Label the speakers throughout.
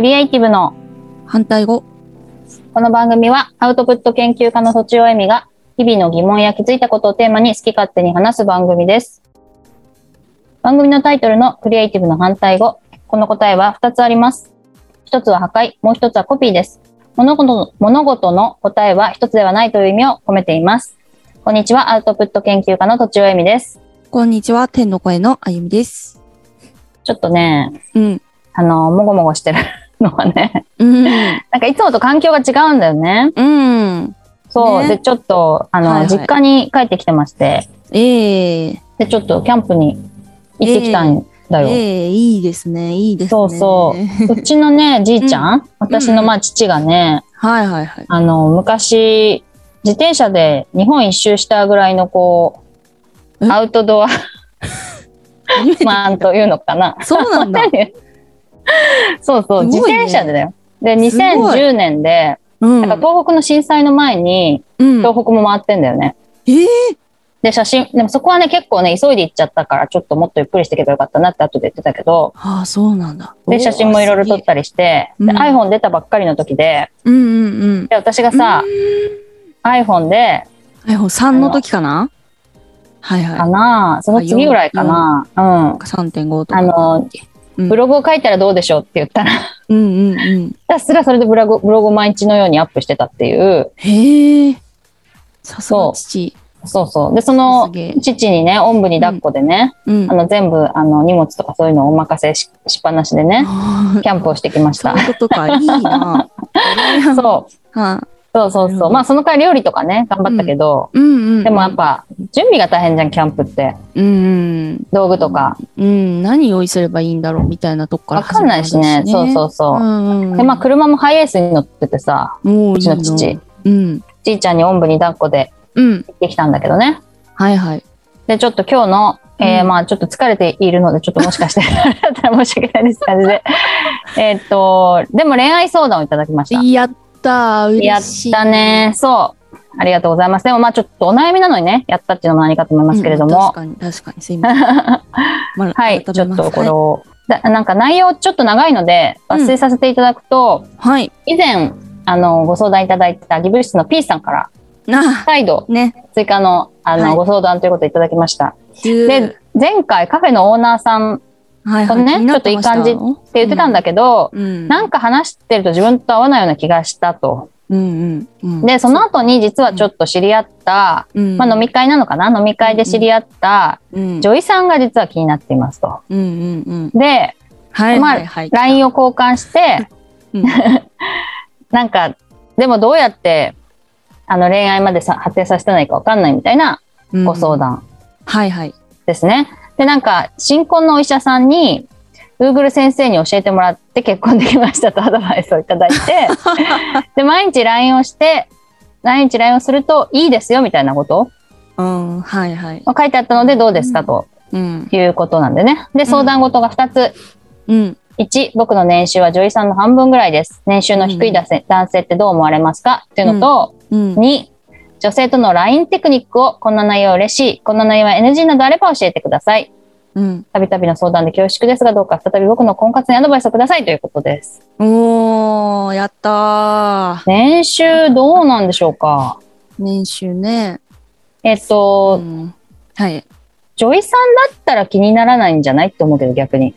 Speaker 1: リエイティブの
Speaker 2: 反対語
Speaker 1: この番組はアウトプット研究家のとちおえみが日々の疑問や気づいたことをテーマに好き勝手に話す番組です。番組のタイトルのクリエイティブの反対語。この答えは2つあります。1つは破壊、もう1つはコピーです。物事の物事の答えは1つではないという意味を込めています。こんにちは、アウトプット研究家のとちおえみです。
Speaker 2: こんにちは天の声のあゆみです
Speaker 1: ちょっとね、
Speaker 2: うん
Speaker 1: あの、もごもごしてるのはね、
Speaker 2: うん
Speaker 1: なんかいつもと環境が違うんだよね。
Speaker 2: うん
Speaker 1: そう、
Speaker 2: ね
Speaker 1: で、ちょっと、あの、
Speaker 2: はいはい
Speaker 1: 実家に帰ってきてまして、
Speaker 2: ええ
Speaker 1: で、ちょっとキャンプに行ってきたんだよ。
Speaker 2: ええいいですねいいですね
Speaker 1: そうそうそっちのね、じいちゃん、私のまあ父がね、
Speaker 2: はいは いはい
Speaker 1: あの、昔、自転車で日本一周したぐらいのこ
Speaker 2: え
Speaker 1: う、アウト ドア
Speaker 2: 初めて
Speaker 1: マンというのかな。
Speaker 2: そうなんだ
Speaker 1: そうそう、
Speaker 2: す
Speaker 1: 自
Speaker 2: ごいね
Speaker 1: 転車でだよ。で、
Speaker 2: すごい
Speaker 1: 2010年で、
Speaker 2: うん
Speaker 1: なんか東北の震災の前に、
Speaker 2: うん
Speaker 1: 東北も回ってんだよね。
Speaker 2: ええ
Speaker 1: で、写真、でもそこはね、結構ね、急いで行っちゃったから、ちょっともっとゆっくりしていけばよかったなって後で言ってたけど、
Speaker 2: ああそうなんだ
Speaker 1: で、写真もいろいろ撮ったたりして、
Speaker 2: うん
Speaker 1: で、iPhone 出たばっかりの時で、
Speaker 2: うんうんうん
Speaker 1: で、私がさ、iPhone で、
Speaker 2: iPhone3 の時かなはいはい
Speaker 1: かな、その次ぐらいかな、うん。
Speaker 2: 3.5とか
Speaker 1: あの、
Speaker 2: うん
Speaker 1: ブログを書いたらどうでしょうって言ったら、 ひ
Speaker 2: うんうんうん
Speaker 1: たすらそれでブログ、ブログを毎日のようにアップしてたっていう、
Speaker 2: へえさすが父
Speaker 1: そうそう。で、そ
Speaker 2: す
Speaker 1: の
Speaker 2: げえ、
Speaker 1: 父にね、おんぶに抱っこでね、
Speaker 2: うん
Speaker 1: あの、全部、あの、荷物とかそういうのをお任せししっぱなしでね、
Speaker 2: あー
Speaker 1: キャンプをしてきまし
Speaker 2: そ
Speaker 1: た
Speaker 2: う。いうことか、いいな。
Speaker 1: そう。
Speaker 2: は
Speaker 1: そうそう
Speaker 2: な
Speaker 1: そ
Speaker 2: るほ
Speaker 1: う。
Speaker 2: ど
Speaker 1: まあその代わり料理とかね、頑張ったけど、
Speaker 2: い、うんうんうん。
Speaker 1: でもやっ、ぱ準備が大変じゃん、キャンプって。
Speaker 2: うんうん、
Speaker 1: 道具とか。
Speaker 2: うん、何用意すればいいんだろうみたいなとこから
Speaker 1: わかんないしね。そうそううそう。
Speaker 2: んうん。
Speaker 1: で、まあ車もハイエースに乗っててさ、
Speaker 2: もう
Speaker 1: う
Speaker 2: い
Speaker 1: ち
Speaker 2: い
Speaker 1: の父。
Speaker 2: うん、
Speaker 1: じいちゃんにおんぶに抱っこで
Speaker 2: うん、
Speaker 1: 行ってきたんだけどね。
Speaker 2: はいはい。
Speaker 1: で、ちょっと今日の、えー
Speaker 2: うん
Speaker 1: まあちょっと疲れているので、ちょっともしかして、だったら申し訳ないです、感じで。 えーっと、でも恋愛相談をいただきました。
Speaker 2: やったー、
Speaker 1: やっ
Speaker 2: 嬉しい。
Speaker 1: たね。そう。ありがとうございます。でもまあちょっとお悩みなのにね、やったっていうのも何かと思いますけれど
Speaker 2: うん
Speaker 1: も。
Speaker 2: 確かに、確かに、す いません。まあ
Speaker 1: はい、ち
Speaker 2: 改
Speaker 1: ょ
Speaker 2: め
Speaker 1: っ
Speaker 2: ま
Speaker 1: と
Speaker 2: す
Speaker 1: これを、だなんか内容ちょっと長いので
Speaker 2: うん
Speaker 1: 抜粋させていただくと、
Speaker 2: はい。
Speaker 1: 以前あのご相談いただいたギブ室の P さんから
Speaker 2: なあ、
Speaker 1: 再度
Speaker 2: ね、
Speaker 1: 追加のあの、
Speaker 2: はい
Speaker 1: ご相談ということをいただきました。
Speaker 2: で
Speaker 1: で前回カフェのオーナーさんっ
Speaker 2: はい
Speaker 1: こ
Speaker 2: は
Speaker 1: れ
Speaker 2: い、
Speaker 1: ね
Speaker 2: 気になました
Speaker 1: ちょっといい
Speaker 2: って
Speaker 1: 言ってたんだけど、
Speaker 2: うん、
Speaker 1: なんか話してると自分と合わないような気がしたと。
Speaker 2: うんうんうん、
Speaker 1: でその後に実はちょっと知り合った、
Speaker 2: うん、
Speaker 1: まあ、飲み会なのかな飲み会で知り合った
Speaker 2: うん、
Speaker 1: 女医さんが実は気になっていますと。
Speaker 2: うんうんうん。
Speaker 1: で
Speaker 2: はい
Speaker 1: まあ
Speaker 2: はいはい。
Speaker 1: LINE を交換して、
Speaker 2: うん
Speaker 1: なんか、でもどうやって、あの恋愛までさ発展させたらいいかわかんないみたいな
Speaker 2: うん
Speaker 1: ご相談
Speaker 2: はいはい。
Speaker 1: ですね。で、なんか、新婚のお医者さんに、Google 先生に教えてもらって結婚できましたとアドバイスをいただい て、で、毎日 LINE をして、毎日 LINE をするといいですよみたいなこと
Speaker 2: うん、はいはい。
Speaker 1: を書いてあったのでどうですかと
Speaker 2: うん。
Speaker 1: いうことなんでね。で、相談事が2つ。
Speaker 2: うん。
Speaker 1: 1、僕の年収は女医さんの半分ぐらいです。年収の低い男性,、男性ってどう思われますかっていうのと、
Speaker 2: うん。
Speaker 1: 2女性との LINE テクニックをこんな内容嬉しいこんな内容は NG などあれば教えてください
Speaker 2: うん。
Speaker 1: たびたびの相談で恐縮ですがどうか再び僕の婚活にアドバイスをくださいということです
Speaker 2: おー、やったー。
Speaker 1: 年収どうなんでしょうか
Speaker 2: 年収ね。
Speaker 1: えっ
Speaker 2: う
Speaker 1: と、
Speaker 2: ん。はい。
Speaker 1: 女医さんだったら気にならないんじゃないって思うけど逆に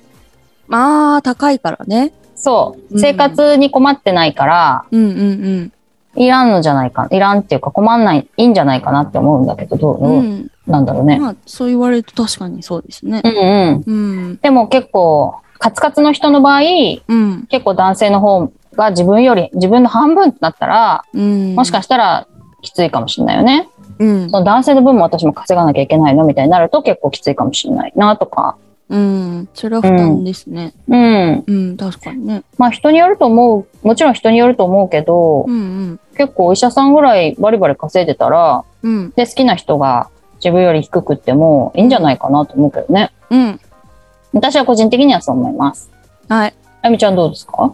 Speaker 2: まあ、高いからね。
Speaker 1: そう
Speaker 2: うん
Speaker 1: 生活に困ってないから、
Speaker 2: うんうん
Speaker 1: いらんのじゃないかいらんっていうか困んないいいんじゃないかなって思うんだけどどう、
Speaker 2: う。
Speaker 1: どうんなんだろう
Speaker 2: うん。
Speaker 1: ね、
Speaker 2: まあ、そう言われると確かにそうですね
Speaker 1: う。んうん
Speaker 2: うん。
Speaker 1: でも結構カツカツの人の場合
Speaker 2: うん。
Speaker 1: 結構男性の方が自分より自分の半分ってなったら
Speaker 2: うん。
Speaker 1: もしかしたらきついかもしれないよね、
Speaker 2: うん
Speaker 1: そ。の男性の分も私も稼がなきゃいけないのみたいになると結構きついかもしれないなとか
Speaker 2: うん。それは負担ですね。
Speaker 1: うん
Speaker 2: うん、確かにね。
Speaker 1: まあ人によると思うもちろん人によると思うけど、
Speaker 2: うん
Speaker 1: 結構お医者さんぐらいバリバリ稼いでたら
Speaker 2: うん。うん。
Speaker 1: で好きな人が自分より低くってもいいんじゃないかなと思うけどね
Speaker 2: うん。
Speaker 1: 私は個人的にはそう思います
Speaker 2: はい。
Speaker 1: あゆみちゃんどうですか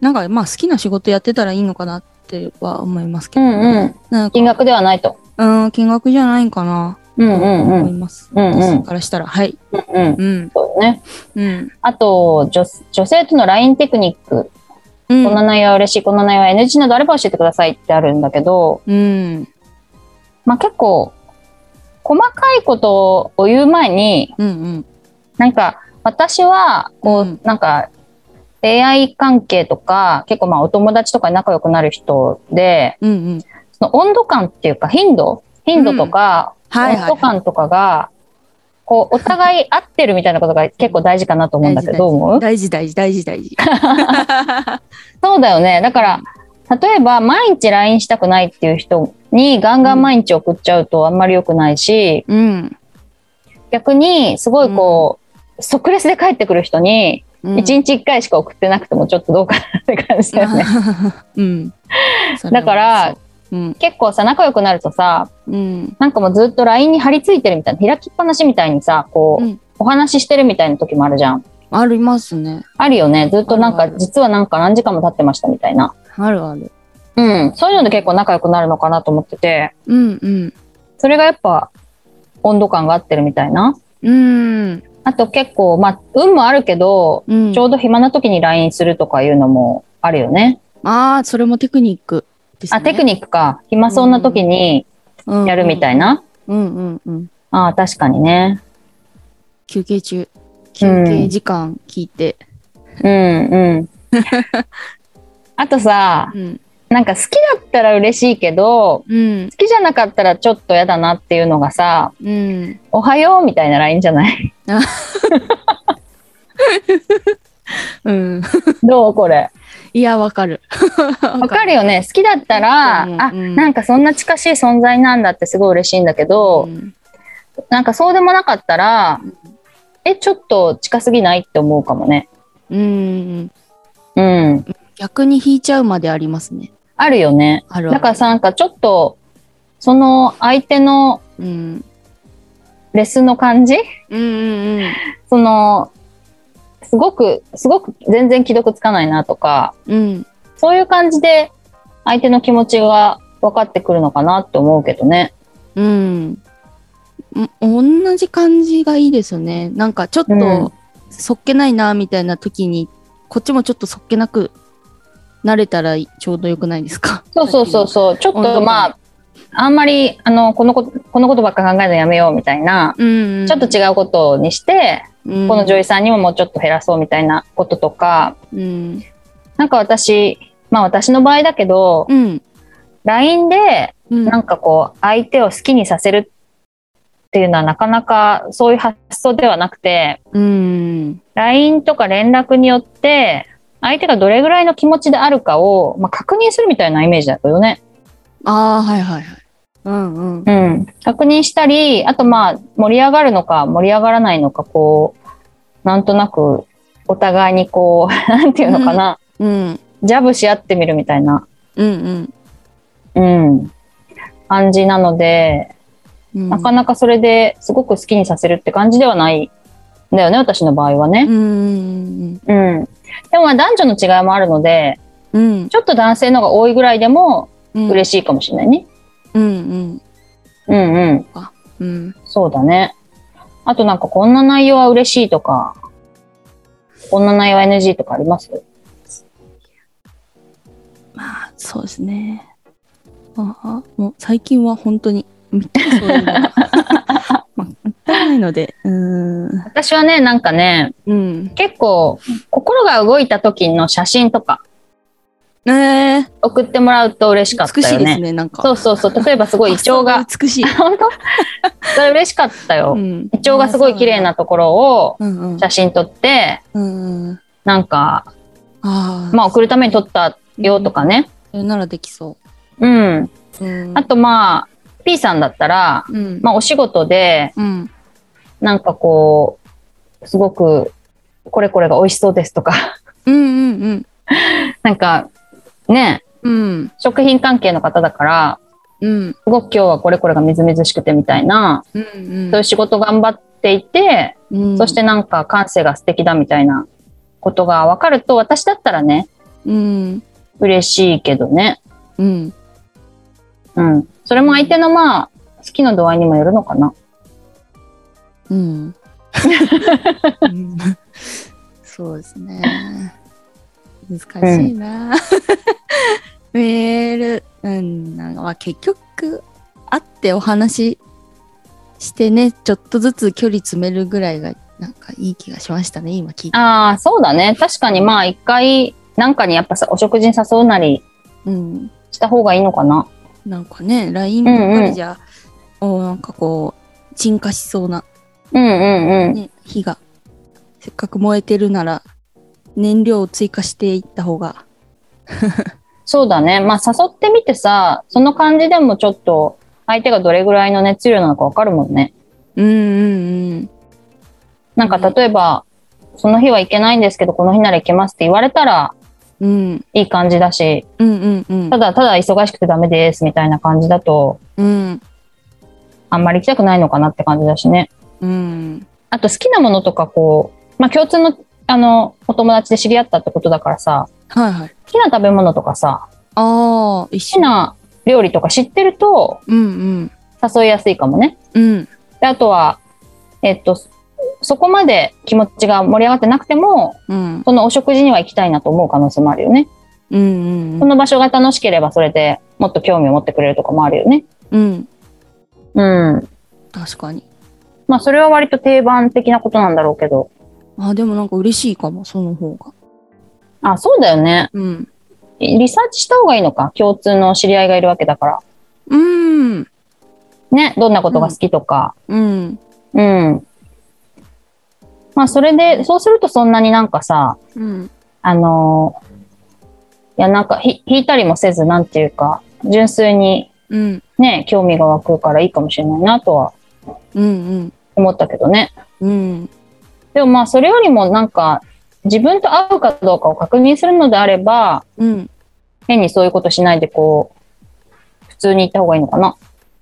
Speaker 2: なんか、まあ、好きな仕事やってたらいいのかなっては思いますけど。
Speaker 1: うんうん
Speaker 2: なんか
Speaker 1: 金額ではないと
Speaker 2: うん、金額じゃないんかな。
Speaker 1: うんうんう
Speaker 2: 思い
Speaker 1: ん。
Speaker 2: ます。
Speaker 1: うんうん
Speaker 2: 私からしたら、はい。
Speaker 1: うん。
Speaker 2: うん。
Speaker 1: そうね。
Speaker 2: うん。
Speaker 1: あと、女女性との LINE テクニック。
Speaker 2: うん
Speaker 1: こんな内容は嬉しい、こんな内容は NG などあれば教えてくださいってあるんだけど、
Speaker 2: うん。
Speaker 1: まあ結構、細かいことを言う前に、
Speaker 2: うん。うん。
Speaker 1: なんか、私は、こう、
Speaker 2: うん
Speaker 1: なんか、恋愛関係とか、結構まあお友達とかに仲良くなる人で、
Speaker 2: うん。うん。
Speaker 1: その温度感っていうか頻度頻度とか、
Speaker 2: はい
Speaker 1: 温度
Speaker 2: は
Speaker 1: 感とかが、こう、お互い合ってるみたいなことが結構大事かなと思うんだけど、
Speaker 2: 大
Speaker 1: どう思
Speaker 2: い。
Speaker 1: う
Speaker 2: 大事大事大事 大事。
Speaker 1: そうだよね。だから、例えば毎日 LINE したくないっていう人にガンガン毎日送っちゃうとあんまり良くないし、
Speaker 2: うん。
Speaker 1: 逆にすごいこう、即レスで帰ってくる人に、
Speaker 2: うん
Speaker 1: 1日1回しか送ってなくてもちょっとどうかなって感じだよね。
Speaker 2: うん。それは
Speaker 1: だから
Speaker 2: そう、うん。
Speaker 1: 結構さ、仲良くなるとさ、
Speaker 2: うん。
Speaker 1: なんかもうずっと LINE に張り付いてるみたいな、開きっぱなしみたいにさ、こう、
Speaker 2: うん
Speaker 1: お話ししてるみたいな時もあるじゃん。
Speaker 2: ありますね。
Speaker 1: あるよね。ずっとなん
Speaker 2: あ
Speaker 1: か
Speaker 2: るあ、る
Speaker 1: 実はなんか何時間も経ってましたみたいな。
Speaker 2: あるある。
Speaker 1: うん。そういうので結構仲良くなるのかなと思ってて、
Speaker 2: うんうん。
Speaker 1: それがやっぱ温度感が合ってるみたいな。
Speaker 2: うん。
Speaker 1: あと結構、まあ、運もあるけど、
Speaker 2: うん
Speaker 1: ちょうど暇な時に LINE するとかいうのもあるよね。
Speaker 2: ああ、それもテクニックですね。
Speaker 1: あ、テクニックか。暇そうな時にやるみた
Speaker 2: い。
Speaker 1: いな。
Speaker 2: うんうんうん。
Speaker 1: ああ、確かにね。
Speaker 2: 休憩中、休憩時間聞いて。
Speaker 1: うんうん。 あとさ、
Speaker 2: うん。
Speaker 1: なんか好きだったら嬉しいけど、
Speaker 2: うん。
Speaker 1: 好きじゃなかったらちょっと嫌だなっていうのがさ、
Speaker 2: うん。
Speaker 1: おはようみたいな LINE じゃない
Speaker 2: うん。
Speaker 1: どうこれ。
Speaker 2: いや、わかる。
Speaker 1: わ
Speaker 2: わ
Speaker 1: かるよね。好きだったら、
Speaker 2: うん
Speaker 1: あ、
Speaker 2: うん
Speaker 1: なんかそんな近しい存在なんだってすごい嬉しいんだけど
Speaker 2: う、ん
Speaker 1: なんかそうでもなかったら、え、ちょっと近すぎないって思うかもね。
Speaker 2: うん。
Speaker 1: うん。
Speaker 2: 逆に引いちゃうまでありますね。
Speaker 1: あるよね。
Speaker 2: あるある。
Speaker 1: だからさ、なんかちょっと、その相手の
Speaker 2: うん。
Speaker 1: レスの感じ
Speaker 2: うんうんうん。
Speaker 1: その、すごく、すごく全然既読つかないなとか、
Speaker 2: うん。
Speaker 1: そういう感じで相手の気持ちが分かってくるのかなって思うけどね。
Speaker 2: うん。ん同じ感じがいいですよね。なんかちょっ
Speaker 1: うん
Speaker 2: と、そっけないな、みたいな時に、こっちもちょっとそっけなくなれたらちょうどよくないですか。
Speaker 1: そうそうそうそう。ちょっ
Speaker 2: 温度
Speaker 1: と
Speaker 2: 感
Speaker 1: まあ、あんまり、あの、このこと、このことばっか考えるのやめ ようみたいな、
Speaker 2: うんうん。
Speaker 1: ちょっと違うことにして、
Speaker 2: うん、
Speaker 1: この女優さんにももうちょっと減らそうみたいなこととか、
Speaker 2: うん。
Speaker 1: なんか私、まあ私の場合だけど、
Speaker 2: うん。
Speaker 1: LINE で
Speaker 2: うん。
Speaker 1: なんかこう、相手を好きにさせるっていうのはなかなかそういう発想ではなくて、
Speaker 2: うん。
Speaker 1: LINE とか連絡によって、相手がどれぐらいの気持ちであるかを、まあ、確認するみたいなイメージだけどね。
Speaker 2: ああ、はいはいはい。うんうん。
Speaker 1: うん。確認したり、あとまあ、盛り上がるのか盛り上がらないのか、こう、なんとなく、お互いにこう、 なんていうのかな、
Speaker 2: うん。
Speaker 1: ジャブし合ってみるみたいな、
Speaker 2: うん
Speaker 1: うん、感じなので、
Speaker 2: うん。
Speaker 1: なかなかそれですごく好きにさせるって感じではないんだよね、私の場合は
Speaker 2: うん
Speaker 1: ね。
Speaker 2: うん
Speaker 1: うん。でもまあ男女の違いもあるので、
Speaker 2: うん。うん。
Speaker 1: ちょっと男性の方が多いぐらいでも
Speaker 2: うん。
Speaker 1: 嬉しいかもしれないね。
Speaker 2: うん
Speaker 1: うんうん。
Speaker 2: うん。うん。
Speaker 1: そうだね。あとなんかこんな内容は嬉しいとか、こんな内容は NG とかあります
Speaker 2: まあ、そうですね。ああ、もう最近は本当に、みっそういうの がまあ、全くないので、うーん。
Speaker 1: 私はね、なんかね、
Speaker 2: うん。
Speaker 1: 結構心が動いた時の写真とか
Speaker 2: ええ
Speaker 1: 送ってもらうと嬉しかった
Speaker 2: 美し
Speaker 1: よ
Speaker 2: いです
Speaker 1: ね。
Speaker 2: ね、なんか。
Speaker 1: そうそうそう。例えばすごい胃腸が
Speaker 2: 発想美しい。
Speaker 1: 本 当それ嬉しかったよ。
Speaker 2: ん
Speaker 1: 胃腸がすごい綺麗な。ところを
Speaker 2: うんうん。
Speaker 1: 写真撮って、
Speaker 2: うんうん。
Speaker 1: なんか、
Speaker 2: ああ、
Speaker 1: まあ送るために撮ったよとかね。
Speaker 2: それならできそ
Speaker 1: うん。
Speaker 2: う。うん。
Speaker 1: あとまあ、P さんだったら、
Speaker 2: うん。
Speaker 1: まあお仕事で、
Speaker 2: うん。
Speaker 1: なんかこう、すごく、これこれが美味しそうですとか、
Speaker 2: うんうんうん。
Speaker 1: なんか、ね、
Speaker 2: うん。
Speaker 1: 食品関係の方だから、
Speaker 2: うん。
Speaker 1: すごく今日はこれこれがみずみずしくてみたいな、
Speaker 2: うん
Speaker 1: そういう仕事頑張っていて、
Speaker 2: うん。
Speaker 1: そして、なんか感性が素敵だみたいなことが分かると、私だったらね、
Speaker 2: うん。
Speaker 1: 嬉しいけどね。
Speaker 2: うん。
Speaker 1: うん。それも相手のまあ、好きな度合いにもよるのかな。
Speaker 2: うん。うんそうですね。難しいな。メール、うん、なんかまあ結局、会ってお話ししてね、ちょっとずつ距離詰めるぐらいが、なんかいい気がしましたね、今聞いて。
Speaker 1: ああ、そうだね。確かにまあ一回、なんかにやっぱさ、お食事に誘うなり
Speaker 2: うん。
Speaker 1: した方がいいのかな。
Speaker 2: なんかね、LINE ばっかりじゃ、おなんかこう、沈下しそうな
Speaker 1: うんうんうん。
Speaker 2: ね、火がせっかく燃えてるなら燃料を追加していった方が
Speaker 1: そうだね。まあ誘ってみてさ、その感じでもちょっと、相手がどれぐらいの熱量なのかわかるもんね。
Speaker 2: うんうんうん
Speaker 1: なんか
Speaker 2: うん
Speaker 1: 例えば、その日は行けないんですけど、この日なら行けますって言われたら
Speaker 2: うん
Speaker 1: いい感じだし、
Speaker 2: うんうんうん
Speaker 1: ただただ忙しくてダメですみたいな感じだと、
Speaker 2: うん
Speaker 1: あんまり行きたくないのかなって感じだしね。
Speaker 2: うん
Speaker 1: あと好きなものとかこう、まあ共通の、あの、お友達で知り合ったってことだからさ、
Speaker 2: はいはい
Speaker 1: 好きな食べ物とかさ、
Speaker 2: ああ一
Speaker 1: 好き
Speaker 2: 緒
Speaker 1: な料理とか知ってると
Speaker 2: うん
Speaker 1: 誘いやすいかもね。
Speaker 2: うんうん
Speaker 1: で、あとは、えっと、そこまで気持ちが盛り上がってなくても、
Speaker 2: うん
Speaker 1: そのお食事には行きたいなと思う可能性もあるよね。
Speaker 2: うんう
Speaker 1: そ
Speaker 2: ん
Speaker 1: の場所が楽しければそれでもっと興味を持ってくれるとかもあるよね。
Speaker 2: うん
Speaker 1: うん。
Speaker 2: 確かに
Speaker 1: まあそれは割と定番的なことなんだろうけど。
Speaker 2: あでもなんか嬉しいかもその方が
Speaker 1: あ、そうだよね。
Speaker 2: うん
Speaker 1: リサーチした方がいいのか。共通の知り合いがいるわけだから。
Speaker 2: うん
Speaker 1: ね。どんなことが好きとか。
Speaker 2: うん
Speaker 1: うん。まあそれで、そうするとそんなになんかさ、
Speaker 2: うん
Speaker 1: あのーいやなんかひ引いたりもせず、なんていうか、純粋に
Speaker 2: うん
Speaker 1: ね、興味が湧くからいいかもしれないなとは
Speaker 2: うん
Speaker 1: 思ったけどね。
Speaker 2: うんうん
Speaker 1: でもまあそれよりもなんか自分と合うかどうかを確認するのであれば
Speaker 2: うん
Speaker 1: 変にそういうことしないでこう普通に行った方がいいのかな。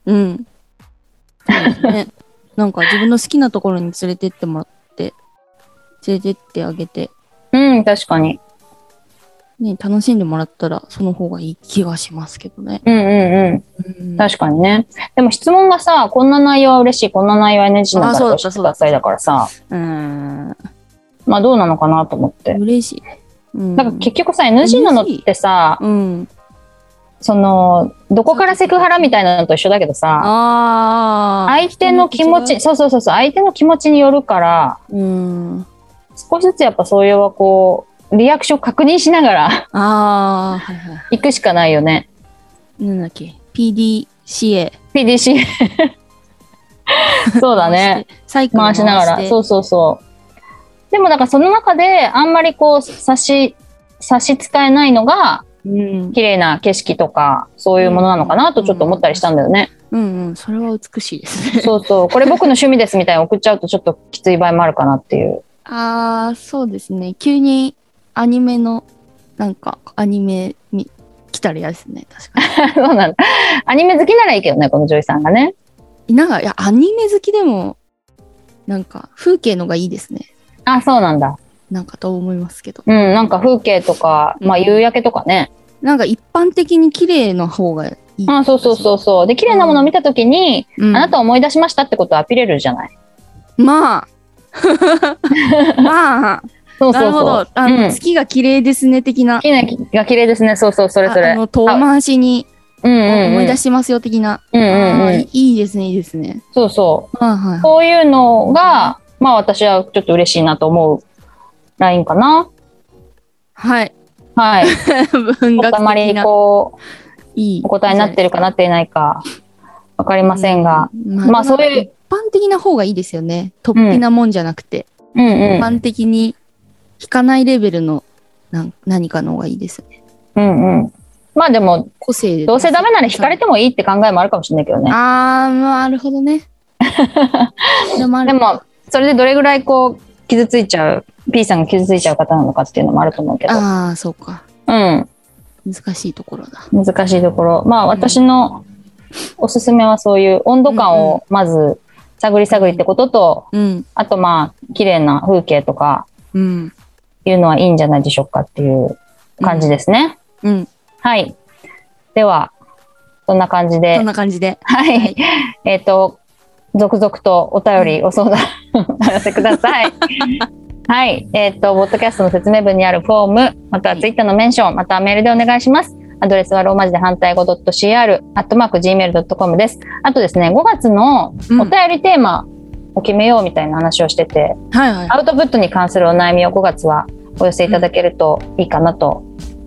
Speaker 2: うん。そうですね。なんか自分の好きなところに連れてってもらって、連れてってあげて、
Speaker 1: うん確かに。
Speaker 2: ね、楽しんでもらったらその方がいい気がしますけどね。
Speaker 1: うんうんうん。
Speaker 2: うん、
Speaker 1: 確かにね。でも質問がさ、こんな内容は嬉しい、こんな内容は NG なん
Speaker 2: あ
Speaker 1: だ
Speaker 2: そう
Speaker 1: と
Speaker 2: だっ
Speaker 1: 知
Speaker 2: た
Speaker 1: ってた際だからさ、
Speaker 2: うーん。
Speaker 1: まあどうなのかなと思って。
Speaker 2: 嬉しい。うん。
Speaker 1: なんか結局さ、NG なのってさ、
Speaker 2: うん。
Speaker 1: その、どこからセクハラみたいなのと一緒だけどさ、
Speaker 2: ああ。
Speaker 1: 相手の気持ち、。そうそうそうそう、相手の気持ちによるから、
Speaker 2: うん。あ
Speaker 1: 少しずつやっぱそういうはこう、リアクション確認しながら
Speaker 2: あー、はいは
Speaker 1: 行くしかないよね。
Speaker 2: い。なんだっけ。PDCA。
Speaker 1: PDC。そうだね。。
Speaker 2: サイクル
Speaker 1: 回しながら。そうそうそう。でもだからその中であんまりこう差し、差し支えないのが
Speaker 2: う。うん。
Speaker 1: 綺麗な景色とかそういうものなのかなとちょっと思ったりしたんだよね。
Speaker 2: うんうん。それは美しいですね。
Speaker 1: そうそう。これ僕の趣味ですみたいに送っちゃうとちょっときつい場合 もあるかなっていう。
Speaker 2: ああそうですね急にアニメのなんかアニメに来たら嫌ですね確かに
Speaker 1: そうなんだ。アニメ好きならいいけどね、この女優さんがね。
Speaker 2: なんかいやアニメ好きでもなんか風景のがいいですね
Speaker 1: あ、そうなんだ。
Speaker 2: なんかと思いますけど
Speaker 1: うん、なんか風景とか、まあ
Speaker 2: うん
Speaker 1: 夕焼けとかね。
Speaker 2: なんか一般的に綺麗な方がいい、
Speaker 1: あそうそうそうそう。で、綺麗なものを見たときに、
Speaker 2: うん
Speaker 1: あなたを思い出しましたってことをアピれるじゃない。
Speaker 2: まあまあ
Speaker 1: そうそうそ
Speaker 2: なる
Speaker 1: う。
Speaker 2: ほどあの、
Speaker 1: うん
Speaker 2: 月が綺麗ですね的な
Speaker 1: 綺麗が綺麗ですね。そうそう、それそ
Speaker 2: ああ
Speaker 1: れ。
Speaker 2: の遠回しに
Speaker 1: うんうんうん、
Speaker 2: 思い出してますよ的な、
Speaker 1: うんうん
Speaker 2: あ
Speaker 1: う
Speaker 2: ーい
Speaker 1: ん。
Speaker 2: いいいですねいいですね
Speaker 1: そうそう。
Speaker 2: はいはいはい
Speaker 1: こういうのが、まあ私はちょっと嬉しいなと思うラインかな。
Speaker 2: はい
Speaker 1: はい。
Speaker 2: 文
Speaker 1: ちょっ
Speaker 2: 学
Speaker 1: とあま
Speaker 2: 的
Speaker 1: り
Speaker 2: な
Speaker 1: こう、
Speaker 2: いい
Speaker 1: お答えになってるかなっていないか、わかりませんが。
Speaker 2: うん、
Speaker 1: まあそういう
Speaker 2: 一般的な方がいいですよね突飛なもんじゃなくて、
Speaker 1: うん
Speaker 2: 一
Speaker 1: うん。
Speaker 2: 般的に引かないレベルのなん何かの方がいいですよね
Speaker 1: うんうん。まあでも、
Speaker 2: 個性で
Speaker 1: どうせダメなら引かれてもいいって考えもあるかもしれないけどね。
Speaker 2: ああなるほど ねでもあ
Speaker 1: で
Speaker 2: る
Speaker 1: も、それでどれぐらいこう、傷ついちゃう、P さんが傷ついちゃう方なのかっていうのもあると思うけど、
Speaker 2: ああそうか
Speaker 1: うん、
Speaker 2: 難しいところだ
Speaker 1: 難しいところ。まあ、
Speaker 2: ん
Speaker 1: 私のおすすめはそういう温度感をまず探り探りってことと、
Speaker 2: うん
Speaker 1: あとまあ、綺麗な風景とか
Speaker 2: うん
Speaker 1: いうのはいいんじゃないでしょうかっていう感じですね。
Speaker 2: うん
Speaker 1: はい。では、そんな感じ
Speaker 2: そ
Speaker 1: で
Speaker 2: ん、な感じで
Speaker 1: はい。えっ、と、続々とお便り、お相 談お寄せください。はい。えっ、と、ボッドキャストの説明文にあるフォーム、またはツイッターのメンション、またはメールでお願いします。アドレスはローマ字で反対語 .cr、アットマーク gmail.com です。あとですね、5月の
Speaker 2: うん
Speaker 1: お便りテーマを決めようみたいな話をしてて、
Speaker 2: はいはい
Speaker 1: アウトプットに関するお悩みを5月はお寄せいただけるといいかなと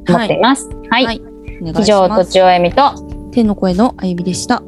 Speaker 1: 思っています。はい。
Speaker 2: はいお願いします
Speaker 1: 以上、とちおえみと、
Speaker 2: 天の声のあゆみでした。